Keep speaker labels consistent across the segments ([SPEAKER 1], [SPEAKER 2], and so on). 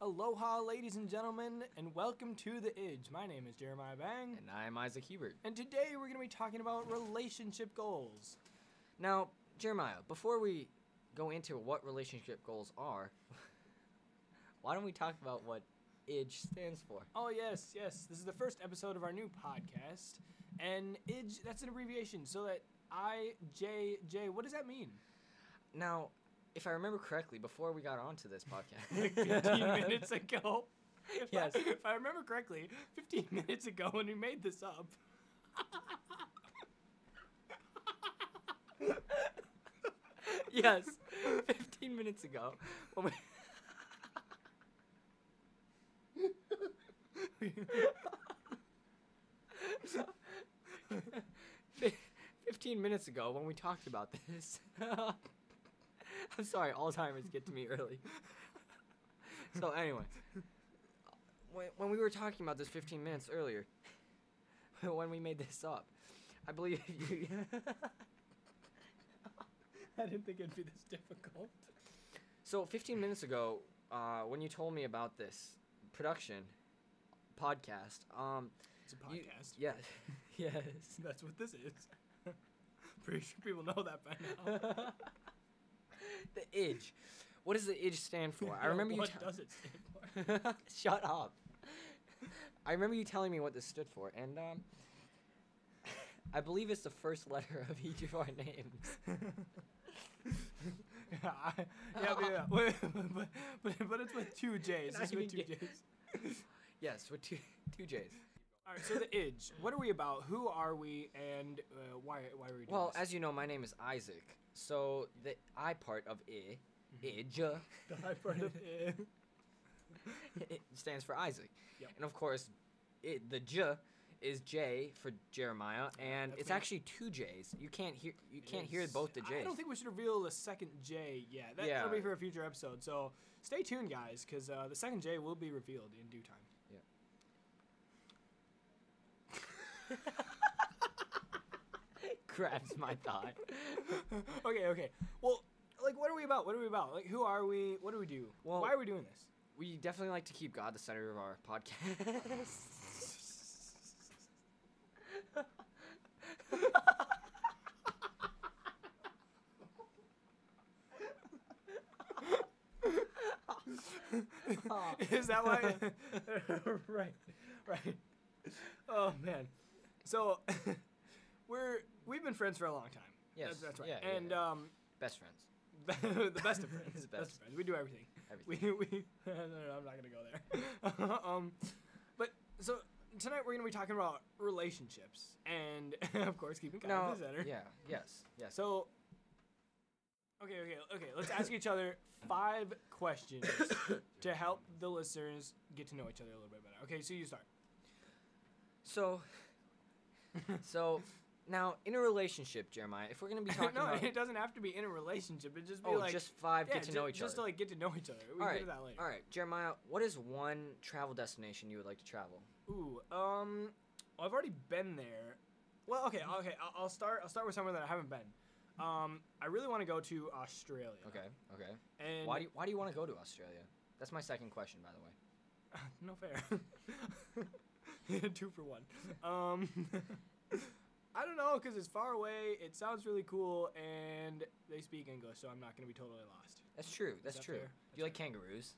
[SPEAKER 1] Aloha, ladies and gentlemen, and welcome to The Idge. My name is Jeremiah Bang,
[SPEAKER 2] And I'm Isaac Hebert.
[SPEAKER 1] and today we're going to be talking about relationship goals.
[SPEAKER 2] Now, Jeremiah, before we go into what relationship goals are, why don't we talk about what IDGE stands for?
[SPEAKER 1] Oh, yes, yes, this is the first episode of our new podcast, and Idge, that's an abbreviation, so that I, J, J, what does that mean?
[SPEAKER 2] Now, if I remember correctly, before we got onto this podcast,
[SPEAKER 1] 15 minutes ago. If
[SPEAKER 2] Yes.
[SPEAKER 1] I, if I remember correctly, 15 minutes ago when we made this up.
[SPEAKER 2] yes, 15 minutes ago, when we, fif- 15 minutes ago when we talked about this. I'm sorry, Alzheimer's get to me early. So anyway, when, when we were talking about this 15 minutes earlier, when we made this up, I believe you.
[SPEAKER 1] I didn't think it'd be this difficult.
[SPEAKER 2] So 15 minutes ago, uh, when you told me about this production podcast, um,
[SPEAKER 1] It's a
[SPEAKER 2] you-
[SPEAKER 1] podcast.
[SPEAKER 2] yeah, yes.
[SPEAKER 1] That's what this is. Pretty sure people know that by now.
[SPEAKER 2] The Idge. What does the Idge stand for? I remember you.
[SPEAKER 1] what
[SPEAKER 2] te-
[SPEAKER 1] does it stand for?
[SPEAKER 2] Shut up. I remember you telling me what this stood for, and um, I believe it's the first letter of each of our names.
[SPEAKER 1] yeah, I, yeah, but,
[SPEAKER 2] Oh.
[SPEAKER 1] yeah. Wait, but, but, but it's with two J's.
[SPEAKER 2] Not
[SPEAKER 1] It's with
[SPEAKER 2] even
[SPEAKER 1] two
[SPEAKER 2] get-
[SPEAKER 1] J's.
[SPEAKER 2] Yes, with two two J's.
[SPEAKER 1] All right, so the Idge. What are we about? Who are we? And uh, why, why are we doing
[SPEAKER 2] Well,
[SPEAKER 1] this?
[SPEAKER 2] as you know, my name is Isaac. So the I part of I, Idge,
[SPEAKER 1] Mm-hmm. the high part of it.
[SPEAKER 2] it stands for Isaac.
[SPEAKER 1] Yep.
[SPEAKER 2] And of course, it, the J is J for Jeremiah, and
[SPEAKER 1] That means-
[SPEAKER 2] it's actually two J's. You can't hear you can't hear both the J's.
[SPEAKER 1] I don't think we should reveal the second J yet. That, That'll
[SPEAKER 2] Yeah.
[SPEAKER 1] be for a future episode. So stay tuned, guys, because uh, the second J will be revealed in due time.
[SPEAKER 2] Yeah. grabs my thought.
[SPEAKER 1] Okay, okay. Well, like, what are we about? What are we about? Like, who are we? What do we do?
[SPEAKER 2] Well-
[SPEAKER 1] why are we doing this?
[SPEAKER 2] We definitely like to keep God the center of our podcast.
[SPEAKER 1] Is that why? right, right. Oh man. So we're we've been friends for a long time.
[SPEAKER 2] Yes,
[SPEAKER 1] that's, that's right.
[SPEAKER 2] yeah, yeah,
[SPEAKER 1] and
[SPEAKER 2] yeah.
[SPEAKER 1] um,
[SPEAKER 2] Best friends.
[SPEAKER 1] the best of friends.
[SPEAKER 2] Best.
[SPEAKER 1] best. of friends. We do everything. We,
[SPEAKER 2] Everything.
[SPEAKER 1] we no, no, no, I'm not gonna go there. um, but so tonight we're gonna be talking about relationships and of course keeping God
[SPEAKER 2] No.
[SPEAKER 1] at the center.
[SPEAKER 2] Yeah. Yes. Yes.
[SPEAKER 1] So okay, okay, okay. Let's ask each other five questions to help the listeners get to know each other a little bit better. Okay, so you start.
[SPEAKER 2] So. So. Now, in a relationship, Jeremiah, if we're gonna be talking
[SPEAKER 1] no,
[SPEAKER 2] about
[SPEAKER 1] it doesn't have to be in a relationship. It just be
[SPEAKER 2] oh,
[SPEAKER 1] like
[SPEAKER 2] just five,
[SPEAKER 1] yeah,
[SPEAKER 2] get to know
[SPEAKER 1] ju-
[SPEAKER 2] each
[SPEAKER 1] just
[SPEAKER 2] other.
[SPEAKER 1] to like get to know each other. We
[SPEAKER 2] all
[SPEAKER 1] can
[SPEAKER 2] right,
[SPEAKER 1] get to that later.
[SPEAKER 2] all right, Jeremiah. What is one travel destination you would like to travel?
[SPEAKER 1] Ooh, um, well, I've already been there. Well, okay,
[SPEAKER 2] Mm-hmm.
[SPEAKER 1] okay. I'll, I'll start. I'll start with somewhere that I haven't been. Um, I really want to go to Australia.
[SPEAKER 2] Okay, okay.
[SPEAKER 1] And
[SPEAKER 2] Why do you, why do you want to go to Australia? That's my second question, by the way.
[SPEAKER 1] No fair. Two for one. Um, I don't know because it's far away. It sounds really cool, and they speak English, so I'm not gonna be totally lost.
[SPEAKER 2] That's true. That's
[SPEAKER 1] that
[SPEAKER 2] true.
[SPEAKER 1] fair?
[SPEAKER 2] Do you like kangaroos?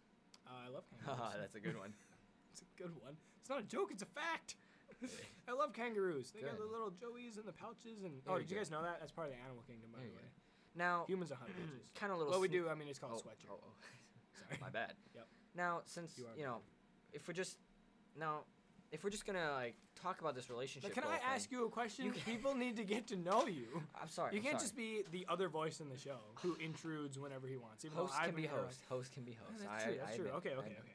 [SPEAKER 1] Uh, I love kangaroos.
[SPEAKER 2] Haha, that's a good one.
[SPEAKER 1] It's a good one. It's not a joke. It's a fact. I love kangaroos. They got the
[SPEAKER 2] Good.
[SPEAKER 1] little joeys and the pouches, and
[SPEAKER 2] There
[SPEAKER 1] oh,
[SPEAKER 2] you
[SPEAKER 1] did you
[SPEAKER 2] go.
[SPEAKER 1] guys know that? That's part of the animal kingdom, by
[SPEAKER 2] There
[SPEAKER 1] the
[SPEAKER 2] you
[SPEAKER 1] way.
[SPEAKER 2] Now,
[SPEAKER 1] Humans are hunt bitches.
[SPEAKER 2] kind of Hmm. little.
[SPEAKER 1] Well, we
[SPEAKER 2] sne-
[SPEAKER 1] do. I mean, it's called
[SPEAKER 2] Oh,
[SPEAKER 1] sweatshirt.
[SPEAKER 2] oh, oh.
[SPEAKER 1] Sorry.
[SPEAKER 2] my bad.
[SPEAKER 1] Yep.
[SPEAKER 2] Now, since
[SPEAKER 1] You
[SPEAKER 2] you,
[SPEAKER 1] are
[SPEAKER 2] know, if we're just now, if we're just gonna like talk about this relationship.
[SPEAKER 1] Now, can I ask you a question?
[SPEAKER 2] You can-
[SPEAKER 1] People need to get to know you.
[SPEAKER 2] I'm sorry.
[SPEAKER 1] You
[SPEAKER 2] I'm
[SPEAKER 1] can't
[SPEAKER 2] sorry.
[SPEAKER 1] just be the other voice in the show who intrudes whenever he wants. Even though
[SPEAKER 2] Host
[SPEAKER 1] I've
[SPEAKER 2] can be
[SPEAKER 1] been here,
[SPEAKER 2] host. Host can be
[SPEAKER 1] like-
[SPEAKER 2] host.
[SPEAKER 1] that's
[SPEAKER 2] I-
[SPEAKER 1] true. That's
[SPEAKER 2] I
[SPEAKER 1] true.
[SPEAKER 2] admit-
[SPEAKER 1] okay.
[SPEAKER 2] I
[SPEAKER 1] Okay.
[SPEAKER 2] admit.
[SPEAKER 1] Okay.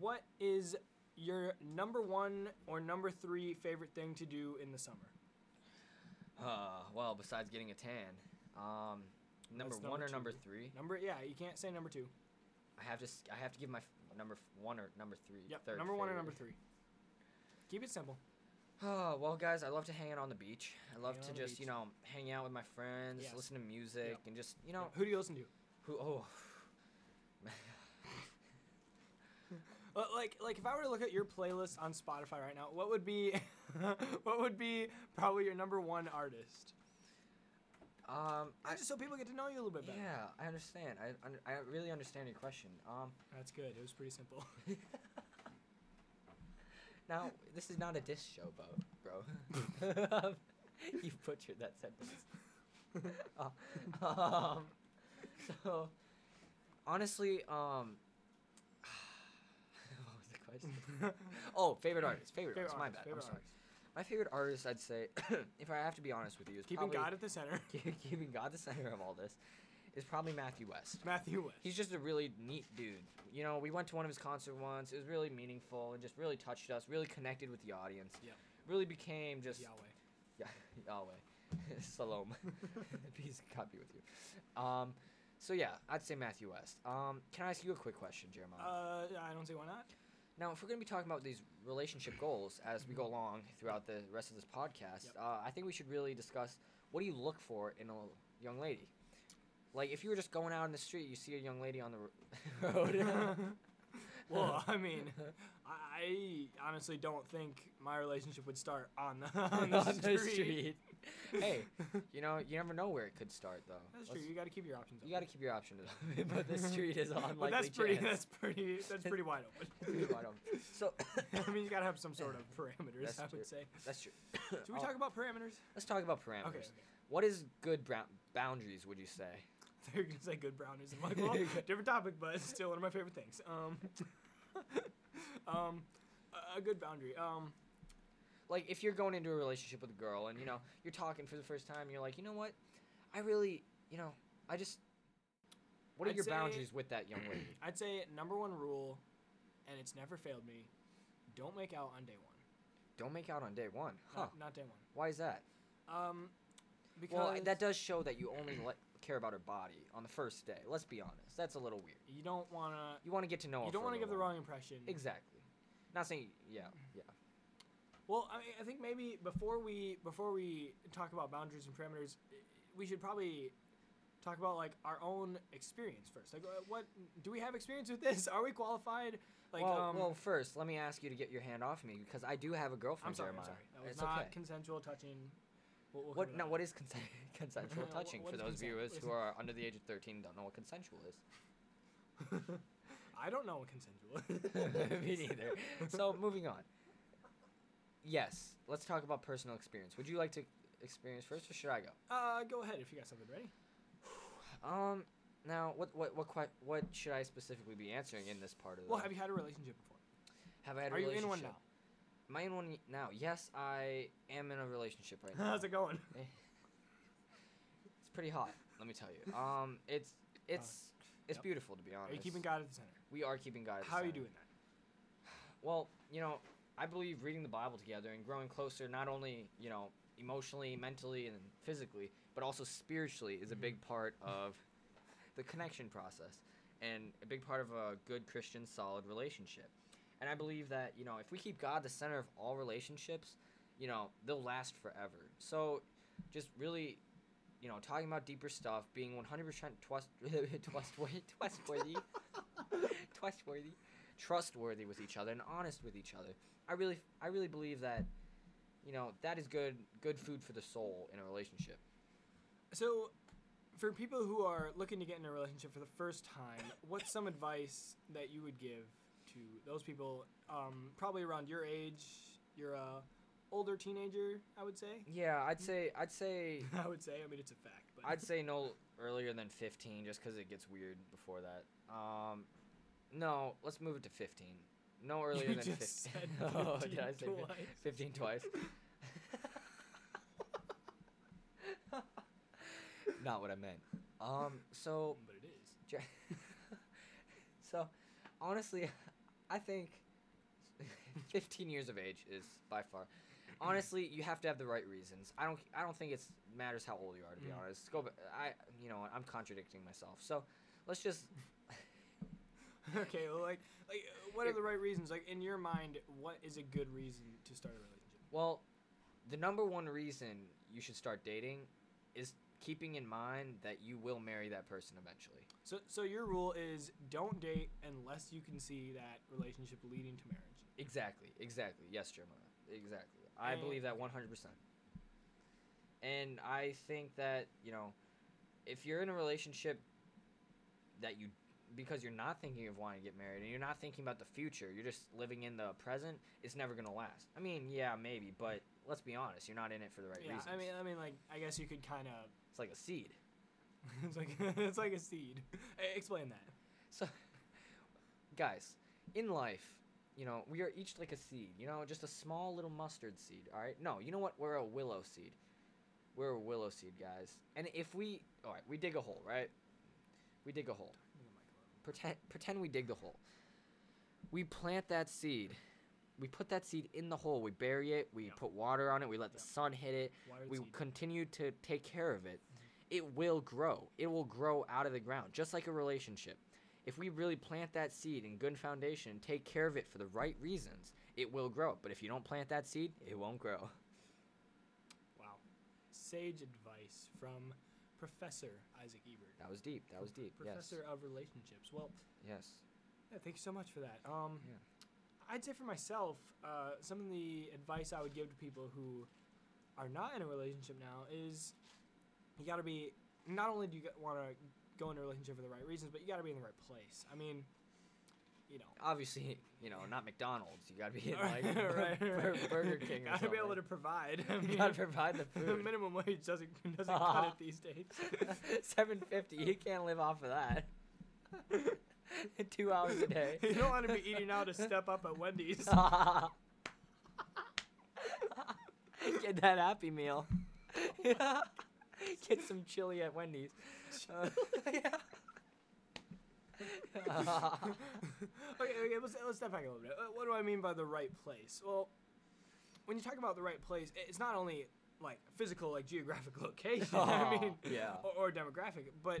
[SPEAKER 1] What is your number one or number three favorite thing to do in the summer?
[SPEAKER 2] Uh, well, besides getting a tan, um, number
[SPEAKER 1] That's
[SPEAKER 2] one
[SPEAKER 1] number
[SPEAKER 2] or number
[SPEAKER 1] two.
[SPEAKER 2] three,
[SPEAKER 1] Number yeah, you can't say number two.
[SPEAKER 2] I have to. s- I have to give my f- number f- one or number three.
[SPEAKER 1] Yep.
[SPEAKER 2] third
[SPEAKER 1] number one or
[SPEAKER 2] favorite.
[SPEAKER 1] number three. Keep it simple.
[SPEAKER 2] Oh, well, guys, I love to hang out on the beach. I love
[SPEAKER 1] Hang out
[SPEAKER 2] to
[SPEAKER 1] on the
[SPEAKER 2] just,
[SPEAKER 1] beach.
[SPEAKER 2] you know, hang out with my friends,
[SPEAKER 1] Yes.
[SPEAKER 2] listen to music,
[SPEAKER 1] Yep.
[SPEAKER 2] and just, you know,
[SPEAKER 1] Who do you listen to?
[SPEAKER 2] who, oh.
[SPEAKER 1] But like like if I were to look at your playlist on Spotify right now, what would be what would be probably your number one artist?
[SPEAKER 2] Um, I,
[SPEAKER 1] just so people get to know you a little bit better.
[SPEAKER 2] yeah, I understand. I, un- I really understand your question. Um,
[SPEAKER 1] That's good. It was pretty simple.
[SPEAKER 2] now this is not a diss show, bro. bro. you butchered that sentence. Uh, um, so honestly, um, what was the question? Oh, favorite artist. Favorite,
[SPEAKER 1] Favorite
[SPEAKER 2] artist. My
[SPEAKER 1] artist,
[SPEAKER 2] bad. I'm
[SPEAKER 1] favorite
[SPEAKER 2] sorry. My favorite artist, I'd say, if I have to be honest with you, is
[SPEAKER 1] Keeping
[SPEAKER 2] probably
[SPEAKER 1] God at the center,
[SPEAKER 2] keeping God the center of all this, is probably Matthew West.
[SPEAKER 1] Matthew West.
[SPEAKER 2] He's just a really neat dude. You know, we went to one of his concerts once. It was really meaningful and just really touched us. Really connected with the audience.
[SPEAKER 1] Yep.
[SPEAKER 2] Really became just
[SPEAKER 1] Yahweh.
[SPEAKER 2] yeah, Yahweh. Salome. Peace God be with you. Um, so yeah, I'd say Matthew West. Um, can I ask you a quick question, Jeremiah?
[SPEAKER 1] Uh, I don't see why not.
[SPEAKER 2] Now, if we're going to be talking about these relationship goals as we go along throughout the rest of this podcast,
[SPEAKER 1] Mm-hmm. Yep.
[SPEAKER 2] uh, I think we should really discuss what do you look for in a young lady. Like, if you were just going out in the street, you see a young lady on the ro- road.
[SPEAKER 1] well, I mean, I, I honestly don't think my relationship would start on the, on the street.
[SPEAKER 2] hey, you know, you never know where it could start, though.
[SPEAKER 1] That's true.
[SPEAKER 2] Let's-
[SPEAKER 1] You got to keep your options.
[SPEAKER 2] You got to
[SPEAKER 1] open.
[SPEAKER 2] keep your options open, but the street is on
[SPEAKER 1] But
[SPEAKER 2] like
[SPEAKER 1] that's pretty. That's pretty. That's pretty wide open.
[SPEAKER 2] so
[SPEAKER 1] I mean, you got to have some sort of parameters.
[SPEAKER 2] That's
[SPEAKER 1] I would
[SPEAKER 2] true.
[SPEAKER 1] say.
[SPEAKER 2] that's true.
[SPEAKER 1] Should we
[SPEAKER 2] Oh,
[SPEAKER 1] talk about parameters?
[SPEAKER 2] Let's talk about parameters.
[SPEAKER 1] Okay. okay.
[SPEAKER 2] What is good brown boundaries? Would you say?
[SPEAKER 1] They're gonna say good brownies. I'm like, well, different topic, but it's still one of my favorite things. Um, um, a- a good boundary. Um,
[SPEAKER 2] like if you're going into a relationship with a girl and you know you're talking for the first time you're like you know what i really you know i just what are
[SPEAKER 1] I'd
[SPEAKER 2] your
[SPEAKER 1] say-
[SPEAKER 2] boundaries with that young lady
[SPEAKER 1] I'd say number one rule, and it's never failed me. Don't make out on day one.
[SPEAKER 2] don't make out on day one huh
[SPEAKER 1] Not, not day one.
[SPEAKER 2] why is that
[SPEAKER 1] Um, because
[SPEAKER 2] well that does show that you only li- care about her body on the first day let's be honest that's a little weird
[SPEAKER 1] you don't wanna
[SPEAKER 2] you want to get to know her
[SPEAKER 1] you
[SPEAKER 2] for
[SPEAKER 1] don't
[SPEAKER 2] a
[SPEAKER 1] wanna give
[SPEAKER 2] little
[SPEAKER 1] the
[SPEAKER 2] while.
[SPEAKER 1] wrong impression.
[SPEAKER 2] exactly not saying yeah yeah
[SPEAKER 1] Well, I, mean, I think maybe before we before we talk about boundaries and parameters, i- we should probably talk about like our own experience first. Like, uh, what do we have experience with this? Are we qualified? Like,
[SPEAKER 2] well,
[SPEAKER 1] um,
[SPEAKER 2] well first let me ask you to get your hand off me because i do have a girlfriend
[SPEAKER 1] I'm sorry, I'm
[SPEAKER 2] Jeremiah.
[SPEAKER 1] sorry. That was
[SPEAKER 2] it's
[SPEAKER 1] not
[SPEAKER 2] okay
[SPEAKER 1] consensual touching. We'll- we'll
[SPEAKER 2] What
[SPEAKER 1] cover
[SPEAKER 2] now?
[SPEAKER 1] that.
[SPEAKER 2] What is consen- consensual
[SPEAKER 1] What-
[SPEAKER 2] touching
[SPEAKER 1] what
[SPEAKER 2] for
[SPEAKER 1] is
[SPEAKER 2] those
[SPEAKER 1] consent?
[SPEAKER 2] viewers
[SPEAKER 1] What
[SPEAKER 2] who
[SPEAKER 1] is-
[SPEAKER 2] are under the age of thirteen? Don't know what consensual is.
[SPEAKER 1] I don't know what consensual. is.
[SPEAKER 2] Me neither. So moving on. Yes, let's talk about personal experience. Would you like to experience first, or should I go?
[SPEAKER 1] Uh, go ahead if you got something ready.
[SPEAKER 2] Um, now what what what que- what should I specifically be answering in this part of the?
[SPEAKER 1] Well, have you had a relationship before?
[SPEAKER 2] have I had a
[SPEAKER 1] Are you in one
[SPEAKER 2] relationship?
[SPEAKER 1] now?
[SPEAKER 2] Am I in one y- now? Yes, I am in a relationship right now.
[SPEAKER 1] How's it going?
[SPEAKER 2] It's pretty hot. Let me tell you. Um, it's it's
[SPEAKER 1] Oh.
[SPEAKER 2] it's
[SPEAKER 1] yep.
[SPEAKER 2] beautiful to be honest.
[SPEAKER 1] Are you keeping God at the center?
[SPEAKER 2] We are keeping God. at the
[SPEAKER 1] How are you
[SPEAKER 2] center.
[SPEAKER 1] doing that?
[SPEAKER 2] Well, you know, I believe reading the Bible together and growing closer, not only, you know, emotionally, mentally, and physically, but also spiritually, is a big part of the connection process and a big part of a good Christian, solid relationship. And I believe that, you know, if we keep God the center of all relationships, you know, they'll last forever. So just really. You know, talking about deeper stuff, being 100% trust, trustworthy, trustworthy, trustworthy, trustworthy with each other and honest with each other. I really, I really believe that, you know, that is good, good food for the soul in a relationship.
[SPEAKER 1] So, for people who are looking to get in a relationship for the first time, what's some advice that you would give to those people, um, probably around your age? You're a older teenager, I would say.
[SPEAKER 2] Yeah, I'd say, I'd say,
[SPEAKER 1] I would say. I mean, it's a fact, but
[SPEAKER 2] I'd say no earlier than 15, just because it gets weird before that. Um, no, let's move it to 15. No earlier
[SPEAKER 1] you
[SPEAKER 2] than
[SPEAKER 1] just
[SPEAKER 2] 15.
[SPEAKER 1] said
[SPEAKER 2] oh, did
[SPEAKER 1] 15
[SPEAKER 2] I say fif-
[SPEAKER 1] twice.
[SPEAKER 2] 15 twice? Not what I meant. Um, so
[SPEAKER 1] but it is.
[SPEAKER 2] Jer- so, honestly, I think 15 years of age is by far. Honestly, you have to have the right reasons. I don't. I don't think it matters how old you are. To be
[SPEAKER 1] Mm.
[SPEAKER 2] honest, go. ba- I. You know, what, I'm contradicting myself. So, let's just.
[SPEAKER 1] okay, well, like, like, uh, what are
[SPEAKER 2] It-
[SPEAKER 1] the right reasons? Like, in your mind, what is a good reason to start a relationship?
[SPEAKER 2] Well, the number one reason you should start dating is keeping in mind that you will marry that person eventually.
[SPEAKER 1] So, so your rule is don't date unless you can see that relationship leading to marriage.
[SPEAKER 2] Exactly, exactly. Yes, Jeremiah. Exactly. I believe that 100%. And I think that, you know, if you're in a relationship that you because you're not thinking of wanting to get married and you're not thinking about the future, you're just living in the present, it's never going to last. I mean, yeah, maybe, but let's be honest, you're not in it for the right
[SPEAKER 1] yeah,
[SPEAKER 2] reasons.
[SPEAKER 1] I mean, I mean, like I guess you could kind of.
[SPEAKER 2] it's like a seed.
[SPEAKER 1] It's like it's like a seed. Eh, Explain that.
[SPEAKER 2] So, guys, in life, you know, we are each like a seed. You know, just a small little mustard seed. All right. No, you know what? We're a willow seed. We're a willow seed, guys. And if we, all right, we dig a hole, right? We dig a hole. Pretend, pretend we dig the hole. We plant that seed. We put that seed in the hole. We bury it. We
[SPEAKER 1] Yeah.
[SPEAKER 2] put water on it. We let the
[SPEAKER 1] Yeah.
[SPEAKER 2] sun hit it
[SPEAKER 1] Wired
[SPEAKER 2] we
[SPEAKER 1] seed.
[SPEAKER 2] continue to take care of it,
[SPEAKER 1] Mm-hmm.
[SPEAKER 2] it will grow. It will grow out of the ground, just like a relationship. If we really plant that seed in good foundation and take care of it for the right reasons, it will grow. But if you don't plant that seed, it won't grow.
[SPEAKER 1] wow. Sage advice from Professor Isaac Ebert.
[SPEAKER 2] That was deep. That was deep.
[SPEAKER 1] Professor of relationships. Well,
[SPEAKER 2] Yes. Yes.
[SPEAKER 1] yeah, thank you so much for that. Um,
[SPEAKER 2] Yeah.
[SPEAKER 1] I'd say for myself, uh, some of the advice I would give to people who are not in a relationship now is you got to be not only do you want to go into a relationship for the right reasons, but you got to be in the right place. I mean, you know,
[SPEAKER 2] Obviously, you know, not McDonald's. You gotta be in like
[SPEAKER 1] Right, right, right.
[SPEAKER 2] Burger King or
[SPEAKER 1] gotta
[SPEAKER 2] something.
[SPEAKER 1] be able to provide. I
[SPEAKER 2] you
[SPEAKER 1] mean,
[SPEAKER 2] gotta provide the
[SPEAKER 1] the
[SPEAKER 2] food.
[SPEAKER 1] minimum wage doesn't doesn't cut it these days.
[SPEAKER 2] Seven fifty. You can't live off of that. Two hours a day.
[SPEAKER 1] you don't want to be eating out a step up at Wendy's.
[SPEAKER 2] Get that Happy Meal. Get some chili at Wendy's. Uh, yeah.
[SPEAKER 1] okay, okay, let's, let's step back a little bit. Uh, What do I mean by the right place? Well, when you talk about the right place, i- it's not only like physical, like geographic location. I
[SPEAKER 2] Aw,
[SPEAKER 1] mean,
[SPEAKER 2] yeah.
[SPEAKER 1] or, or demographic, but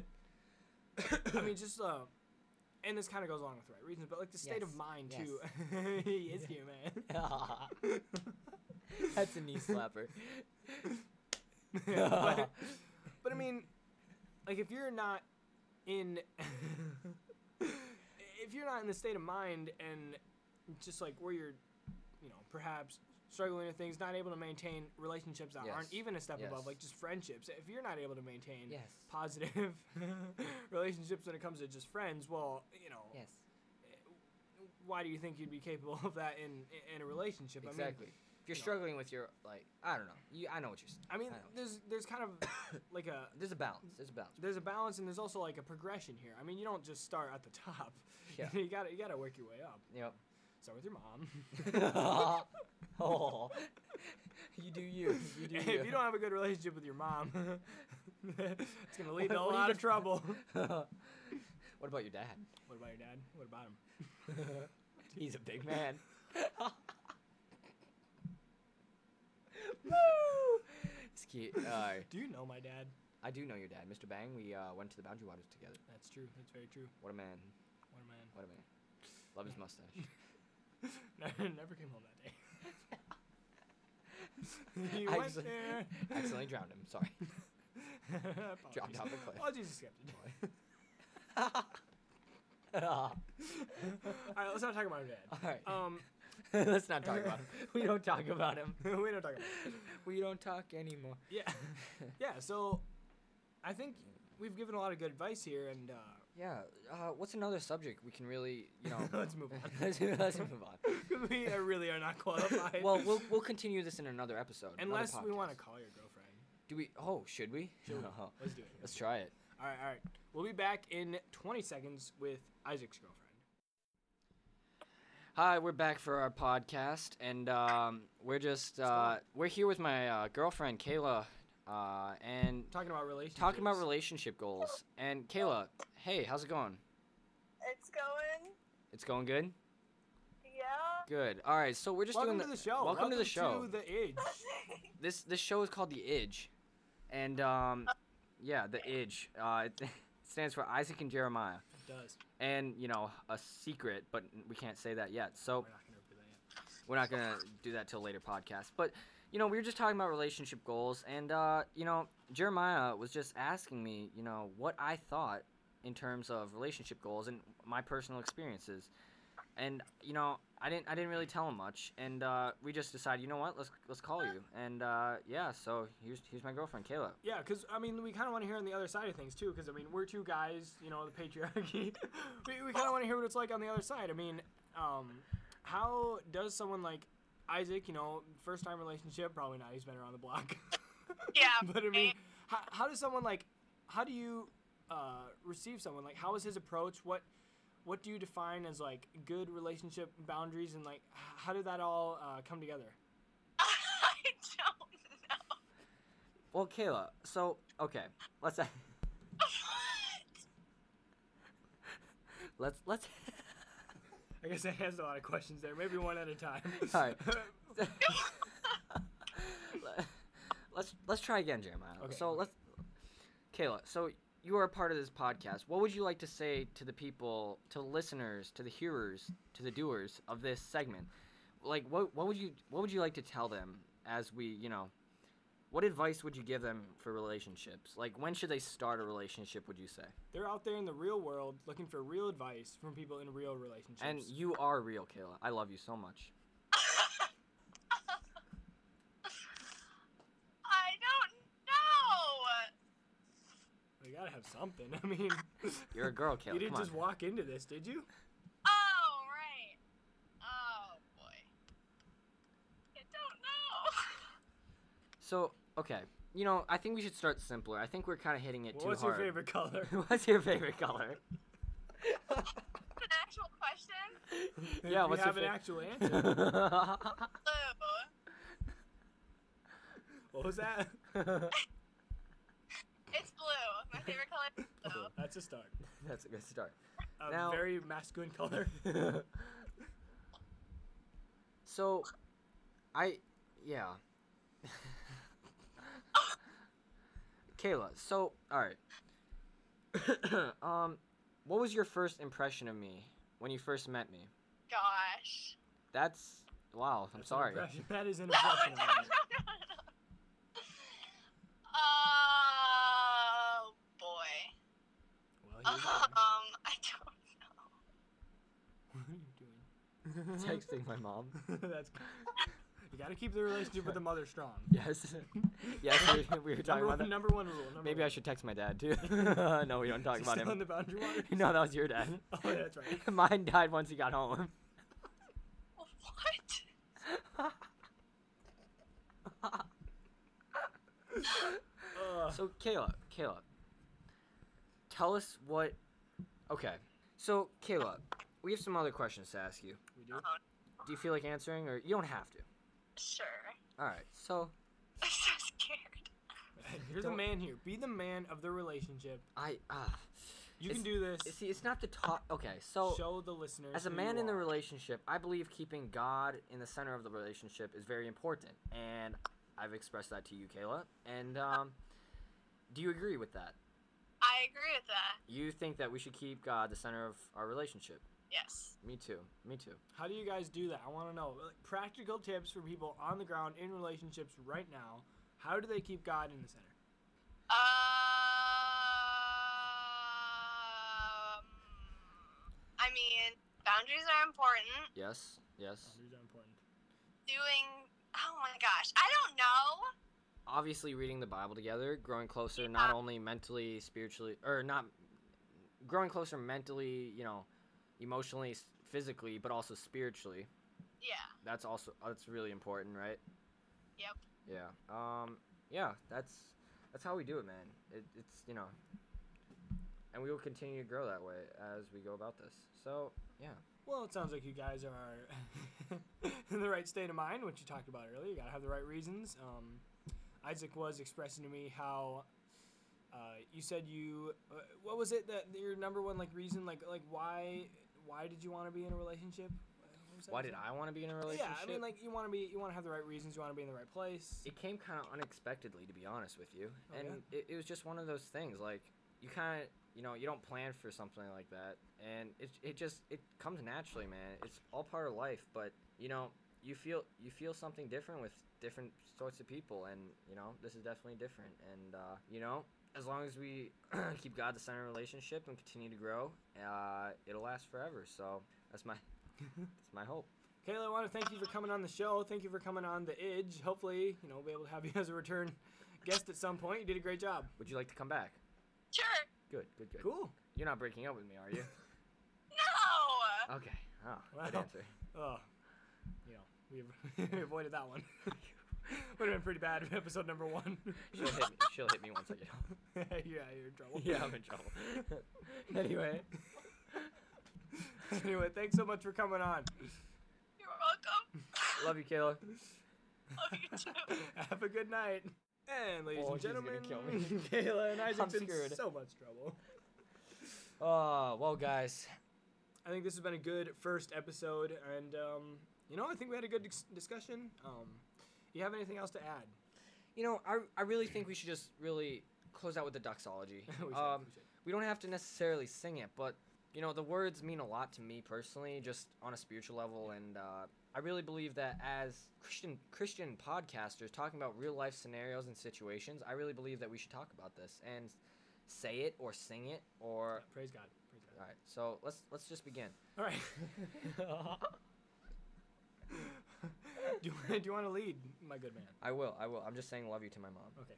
[SPEAKER 1] I mean, just uh, and this kind of goes along with the right reasons, but like the state of
[SPEAKER 2] Yes,
[SPEAKER 1] mind
[SPEAKER 2] yes.
[SPEAKER 1] too. he is here, man.
[SPEAKER 2] That's a knee slapper.
[SPEAKER 1] but, but I mean, like if you're not in, if you're not in the state of mind and just like where you're, you know, perhaps struggling with things, not able to maintain relationships that aren't
[SPEAKER 2] Yes,
[SPEAKER 1] even a step above,
[SPEAKER 2] yes.
[SPEAKER 1] like just friendships. If you're not able to maintain
[SPEAKER 2] Yes.
[SPEAKER 1] positive relationships when it comes to just friends, well, you know,
[SPEAKER 2] Yes.
[SPEAKER 1] why do you think you'd be capable of that in in a relationship? I mean,
[SPEAKER 2] Exactly. If you're
[SPEAKER 1] you know.
[SPEAKER 2] struggling with your like, I don't know. You, I know what you're. s-
[SPEAKER 1] I mean,
[SPEAKER 2] I know.
[SPEAKER 1] there's there's kind of like a
[SPEAKER 2] There's a balance. There's a balance.
[SPEAKER 1] there's a balance and there's also like a progression here. I mean, you don't just start at the top.
[SPEAKER 2] Yeah.
[SPEAKER 1] you gotta you gotta work your way up.
[SPEAKER 2] Yep.
[SPEAKER 1] Start with your mom.
[SPEAKER 2] oh. You do you. You do
[SPEAKER 1] if
[SPEAKER 2] you.
[SPEAKER 1] you don't have a good relationship with your mom, it's gonna lead to a
[SPEAKER 2] What- what do you
[SPEAKER 1] lot of
[SPEAKER 2] def-
[SPEAKER 1] trouble.
[SPEAKER 2] what about your dad?
[SPEAKER 1] what about your dad? What about him?
[SPEAKER 2] He's a big man. Woo! It's cute. Uh,
[SPEAKER 1] Do you know my dad?
[SPEAKER 2] I do know your dad, Mr. Bang. We uh, went to the Boundary Waters together.
[SPEAKER 1] That's true. That's very true.
[SPEAKER 2] What a man.
[SPEAKER 1] What a man.
[SPEAKER 2] What a man. Love his mustache.
[SPEAKER 1] Ne- Never came home that day. you
[SPEAKER 2] I
[SPEAKER 1] went
[SPEAKER 2] accident-
[SPEAKER 1] there.
[SPEAKER 2] Accidentally drowned him. Sorry.
[SPEAKER 1] Apologies.
[SPEAKER 2] off a cliff.
[SPEAKER 1] Apologies accepted.
[SPEAKER 2] All
[SPEAKER 1] All right, let's not talk about your dad.
[SPEAKER 2] right.
[SPEAKER 1] Um,
[SPEAKER 2] Let's not talk about him. We don't talk about him.
[SPEAKER 1] we don't talk about. It.
[SPEAKER 2] We don't talk anymore.
[SPEAKER 1] Yeah. yeah, so I think we've given a lot of good advice here and uh,
[SPEAKER 2] Yeah. Uh, what's another subject we can really, you know?
[SPEAKER 1] Let's move on.
[SPEAKER 2] let's, let's move on.
[SPEAKER 1] we uh, really are not qualified.
[SPEAKER 2] Well, we'll we'll continue this in another episode. another
[SPEAKER 1] unless we want to
[SPEAKER 2] podcast.
[SPEAKER 1] call your girlfriend.
[SPEAKER 2] Do we? Oh, should we?
[SPEAKER 1] Should we? Let's do it.
[SPEAKER 2] Let's try it.
[SPEAKER 1] All right, all right. We'll be back in 20 seconds with Isaac's girlfriend.
[SPEAKER 2] Hi, we're back for our podcast, and um, we're just uh, we're here with my uh, girlfriend Kayla, uh, and
[SPEAKER 1] Talking about relationships.
[SPEAKER 2] talking about relationship goals. And Kayla, hey, how's it going?
[SPEAKER 3] It's going.
[SPEAKER 2] It's going good.
[SPEAKER 3] Yeah.
[SPEAKER 2] Good. All right, so we're just
[SPEAKER 1] Welcome
[SPEAKER 2] doing
[SPEAKER 1] to the show.
[SPEAKER 2] Welcome, to the show.
[SPEAKER 1] To the age.
[SPEAKER 2] this this show is called the Idge, and um, yeah, the Idge. Uh, it stands for Isaac and Jeremiah,
[SPEAKER 1] It does.
[SPEAKER 2] and you know a secret, but we can't say that yet. So.
[SPEAKER 1] We're not gonna do that yet.
[SPEAKER 2] We're not gonna do that till later podcast, but you know, we were just talking about relationship goals, and uh, you know, Jeremiah was just asking me, you know, what I thought in terms of relationship goals and my personal experiences, and you know, I didn't, I didn't really tell him much, and uh, we just decided, you know what, let's let's call you, and uh, yeah, so here's here's my girlfriend, Kayla.
[SPEAKER 1] Yeah, because I mean, we kind of want to hear on the other side of things too. Because I mean, we're two guys, you know, the patriarchy. we we kind of want to hear what it's like on the other side. I mean, um, how does someone like Isaac, you know, first time relationship, probably not. He's been around the block.
[SPEAKER 3] Yeah,
[SPEAKER 1] but I mean,
[SPEAKER 3] right.
[SPEAKER 1] how, how does someone like? How do you uh, receive someone? Like, how is his approach? What what do you define as like good relationship boundaries? And like, h- how did that all uh, come together?
[SPEAKER 3] I don't know.
[SPEAKER 2] Well, Kayla, so okay, let's let's let's.
[SPEAKER 1] I guess I asked a lot of questions there. Maybe one at a time.
[SPEAKER 2] All right. let's let's try again, Jeremiah.
[SPEAKER 1] Okay.
[SPEAKER 2] So let's, Kayla. So you are a part of this podcast. What would you like to say to the people, to the listeners, to the hearers, to the doers of this segment? Like, what what would you what would you like to tell them as we, you know, what advice would you give them for relationships? Like, when should they start a relationship? Would you say?
[SPEAKER 1] They're out there in the real world looking for real advice from people in real relationships.
[SPEAKER 2] And you are real, Kayla. I love you so much.
[SPEAKER 3] I don't know.
[SPEAKER 1] we gotta have something. I mean,
[SPEAKER 2] You're a girl, Kayla.
[SPEAKER 1] you didn't
[SPEAKER 2] Come
[SPEAKER 1] just
[SPEAKER 2] on.
[SPEAKER 1] walk into this, did you?
[SPEAKER 3] Oh right. Oh boy. I don't know.
[SPEAKER 2] So, okay. You know, I think we should start simpler. I think we're kind of hitting it
[SPEAKER 1] Well,
[SPEAKER 2] too
[SPEAKER 1] what's
[SPEAKER 2] hard.
[SPEAKER 1] your favorite color?
[SPEAKER 2] what's your favorite color?
[SPEAKER 3] An actual question.
[SPEAKER 2] yeah,
[SPEAKER 1] we
[SPEAKER 2] what's
[SPEAKER 1] have
[SPEAKER 2] your
[SPEAKER 1] an actual answer.
[SPEAKER 2] favorite?
[SPEAKER 3] Blue.
[SPEAKER 1] what was that?
[SPEAKER 3] It's blue. My favorite color is blue.
[SPEAKER 1] Okay, that's a start.
[SPEAKER 2] That's a good start.
[SPEAKER 1] A
[SPEAKER 2] Now-
[SPEAKER 1] very masculine color.
[SPEAKER 2] so, I, yeah. Kayla, so all right. um, what was your first impression of me when you first met me?
[SPEAKER 3] Gosh.
[SPEAKER 2] That's wow. I'm
[SPEAKER 1] That's an
[SPEAKER 2] sorry.
[SPEAKER 1] impression- That is an
[SPEAKER 3] No,
[SPEAKER 1] impression.
[SPEAKER 3] no,
[SPEAKER 1] on it.
[SPEAKER 3] no, no, no. Oh boy.
[SPEAKER 1] Well,
[SPEAKER 3] Um,
[SPEAKER 1] here's one.
[SPEAKER 3] I don't know.
[SPEAKER 1] what are you doing?
[SPEAKER 2] Texting my mom.
[SPEAKER 1] that's. You gotta keep the relationship with the mother strong.
[SPEAKER 2] Yes. yes. We, were- we were talking
[SPEAKER 1] Number
[SPEAKER 2] about
[SPEAKER 1] one,
[SPEAKER 2] that.
[SPEAKER 1] number one rule. Number
[SPEAKER 2] Maybe
[SPEAKER 1] one.
[SPEAKER 2] I should text my dad too. no, we don't talk
[SPEAKER 1] Is he
[SPEAKER 2] about
[SPEAKER 1] still
[SPEAKER 2] him.
[SPEAKER 1] in the boundary waters?
[SPEAKER 2] no, that was your dad.
[SPEAKER 1] Oh, that's right.
[SPEAKER 2] Mine died once he got home.
[SPEAKER 3] What?
[SPEAKER 1] Uh,
[SPEAKER 2] So Kayla, Kayla, tell us what. Okay, so Kayla, we have some other questions to ask you.
[SPEAKER 1] we do.
[SPEAKER 2] Do you feel like answering, or you don't have to?
[SPEAKER 3] Sure.
[SPEAKER 2] All right. So
[SPEAKER 3] I'm so scared.
[SPEAKER 1] You're the
[SPEAKER 2] Don't-
[SPEAKER 1] man here. Be the man of the relationship.
[SPEAKER 2] I uh,
[SPEAKER 1] You can
[SPEAKER 2] It's-
[SPEAKER 1] do this.
[SPEAKER 2] see, it's not the top. Okay, so
[SPEAKER 1] Show the listeners.
[SPEAKER 2] as a
[SPEAKER 1] who
[SPEAKER 2] man
[SPEAKER 1] you
[SPEAKER 2] in the
[SPEAKER 1] are.
[SPEAKER 2] relationship, I believe keeping God in the center of the relationship is very important, and I've expressed that to you, Kayla. And um, do you agree with that?
[SPEAKER 3] I agree with that.
[SPEAKER 2] You think that we should keep God the center of our relationship?
[SPEAKER 3] Yes.
[SPEAKER 2] Me too. Me too.
[SPEAKER 1] How do you guys do that? I want to know like, practical tips for people on the ground in relationships right now. How do they keep God in the center?
[SPEAKER 3] Um. I mean, boundaries are important.
[SPEAKER 2] Yes. Yes.
[SPEAKER 1] Boundaries Oh, are important.
[SPEAKER 3] Doing. Oh my gosh. I don't know.
[SPEAKER 2] obviously reading the Bible together, growing closer not only mentally, spiritually, or not growing closer mentally, you know, emotionally, s- physically, but also spiritually.
[SPEAKER 3] Yeah.
[SPEAKER 2] That's also that's really important, right?
[SPEAKER 3] Yep.
[SPEAKER 2] Yeah. Um. Yeah. That's that's how we do it, man. It, it's you know, and we will continue to grow that way as we go about this. So yeah.
[SPEAKER 1] Well, it sounds like you guys are in the right state of mind, which you talked about earlier. You gotta have the right reasons. Um, Isaac was expressing to me how uh, you said you uh, what was it that your number one like reason like like why why did you want to be in a relationship? What was that
[SPEAKER 2] Why
[SPEAKER 1] you
[SPEAKER 2] did
[SPEAKER 1] said?
[SPEAKER 2] I want to be in a relationship?
[SPEAKER 1] Yeah, I mean like you want to be you want to have the right reasons. You want to be in the right place.
[SPEAKER 2] it came kind of unexpectedly to be honest with you
[SPEAKER 1] Oh,
[SPEAKER 2] and it, it was just one of those things like you kind of you know you don't plan for something like that and it, it just it comes naturally man it's all part of life but you know you feel you feel something different with different sorts of people, and you know this is definitely different. And uh, you know, as long as we keep God the center of the relationship and continue to grow, uh, it'll last forever. So that's my that's my hope.
[SPEAKER 1] Kayla, I want to thank you for coming on the show. Thank you for coming on the Idge. Hopefully, you know, we'll be able to have you as a return guest at some point. You did a great job.
[SPEAKER 2] Would you like to come back?
[SPEAKER 3] Sure.
[SPEAKER 2] Good, good, good.
[SPEAKER 1] Cool.
[SPEAKER 2] You're not breaking up with me, are you?
[SPEAKER 3] No.
[SPEAKER 2] okay. Oh, good
[SPEAKER 1] Wow.
[SPEAKER 2] answer.
[SPEAKER 1] Oh, you know, we, we avoided that one. Would have been pretty bad in episode number one.
[SPEAKER 2] She'll hit me. She'll hit me once I get home.
[SPEAKER 1] yeah, you're in trouble.
[SPEAKER 2] yeah, I'm in trouble. anyway,
[SPEAKER 1] anyway, thanks so much for coming on.
[SPEAKER 3] You're welcome.
[SPEAKER 2] love you, Kayla.
[SPEAKER 3] Love you too.
[SPEAKER 1] Have a good night. And ladies
[SPEAKER 2] Oh,
[SPEAKER 1] and
[SPEAKER 2] he's gonna
[SPEAKER 1] gentlemen,
[SPEAKER 2] kill me.
[SPEAKER 1] Kayla and Isaac's in
[SPEAKER 2] scared.
[SPEAKER 1] so much trouble.
[SPEAKER 2] Oh, well, guys.
[SPEAKER 1] I think this has been a good first episode, and um, you know, I think we had a good dis- discussion. Um, you have anything else to add?
[SPEAKER 2] You know, I, I really think we should just really close out with the doxology.
[SPEAKER 1] We should,
[SPEAKER 2] um,
[SPEAKER 1] we should.
[SPEAKER 2] we don't have to necessarily sing it, but you know, the words mean a lot to me personally, just on a spiritual level, and uh, I really believe that as Christian Christian podcasters talking about real life scenarios and situations, I really believe that we should talk about this and say it or sing it or.
[SPEAKER 1] Yeah, praise God. Praise God.
[SPEAKER 2] All right, so let's let's just begin.
[SPEAKER 1] All right. do, you, do you want to lead, my good man?
[SPEAKER 2] I will, I will. I'm just saying, love you to my mom.
[SPEAKER 1] Okay.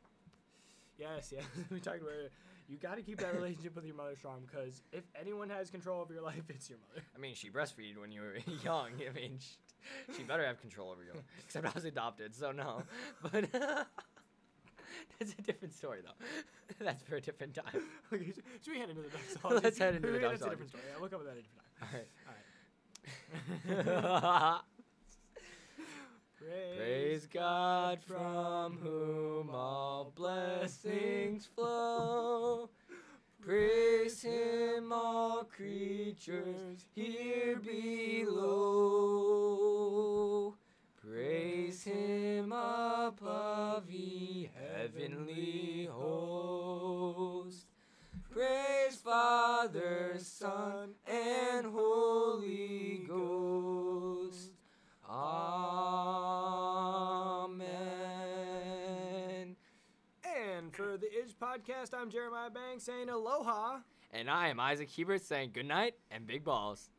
[SPEAKER 1] Yes, yes. we talked about it. You got to keep that relationship with your mother strong because if anyone has control over your life, it's your mother.
[SPEAKER 2] I mean, she breastfeed when you were young. I mean, she, she better have control over you. Except I was adopted, so no. But that's a different story, though. That's for a different time.
[SPEAKER 1] okay, sh- should we head into the doxology?
[SPEAKER 2] Let's head into the
[SPEAKER 1] Maybe That's a
[SPEAKER 2] doxology.
[SPEAKER 1] different story. Yeah, we'll cover that at a different time. All
[SPEAKER 2] All
[SPEAKER 1] right.
[SPEAKER 2] right.
[SPEAKER 1] Praise,
[SPEAKER 2] Praise God from whom all blessings flow. Praise Him, all creatures here below. Praise Him above, ye heavenly host. Praise Father, Son, and Holy Ghost. Amen.
[SPEAKER 1] And for the Idge Podcast, I'm Jeremiah Banks saying aloha.
[SPEAKER 2] And I am Isaac Hebert saying good night and big balls.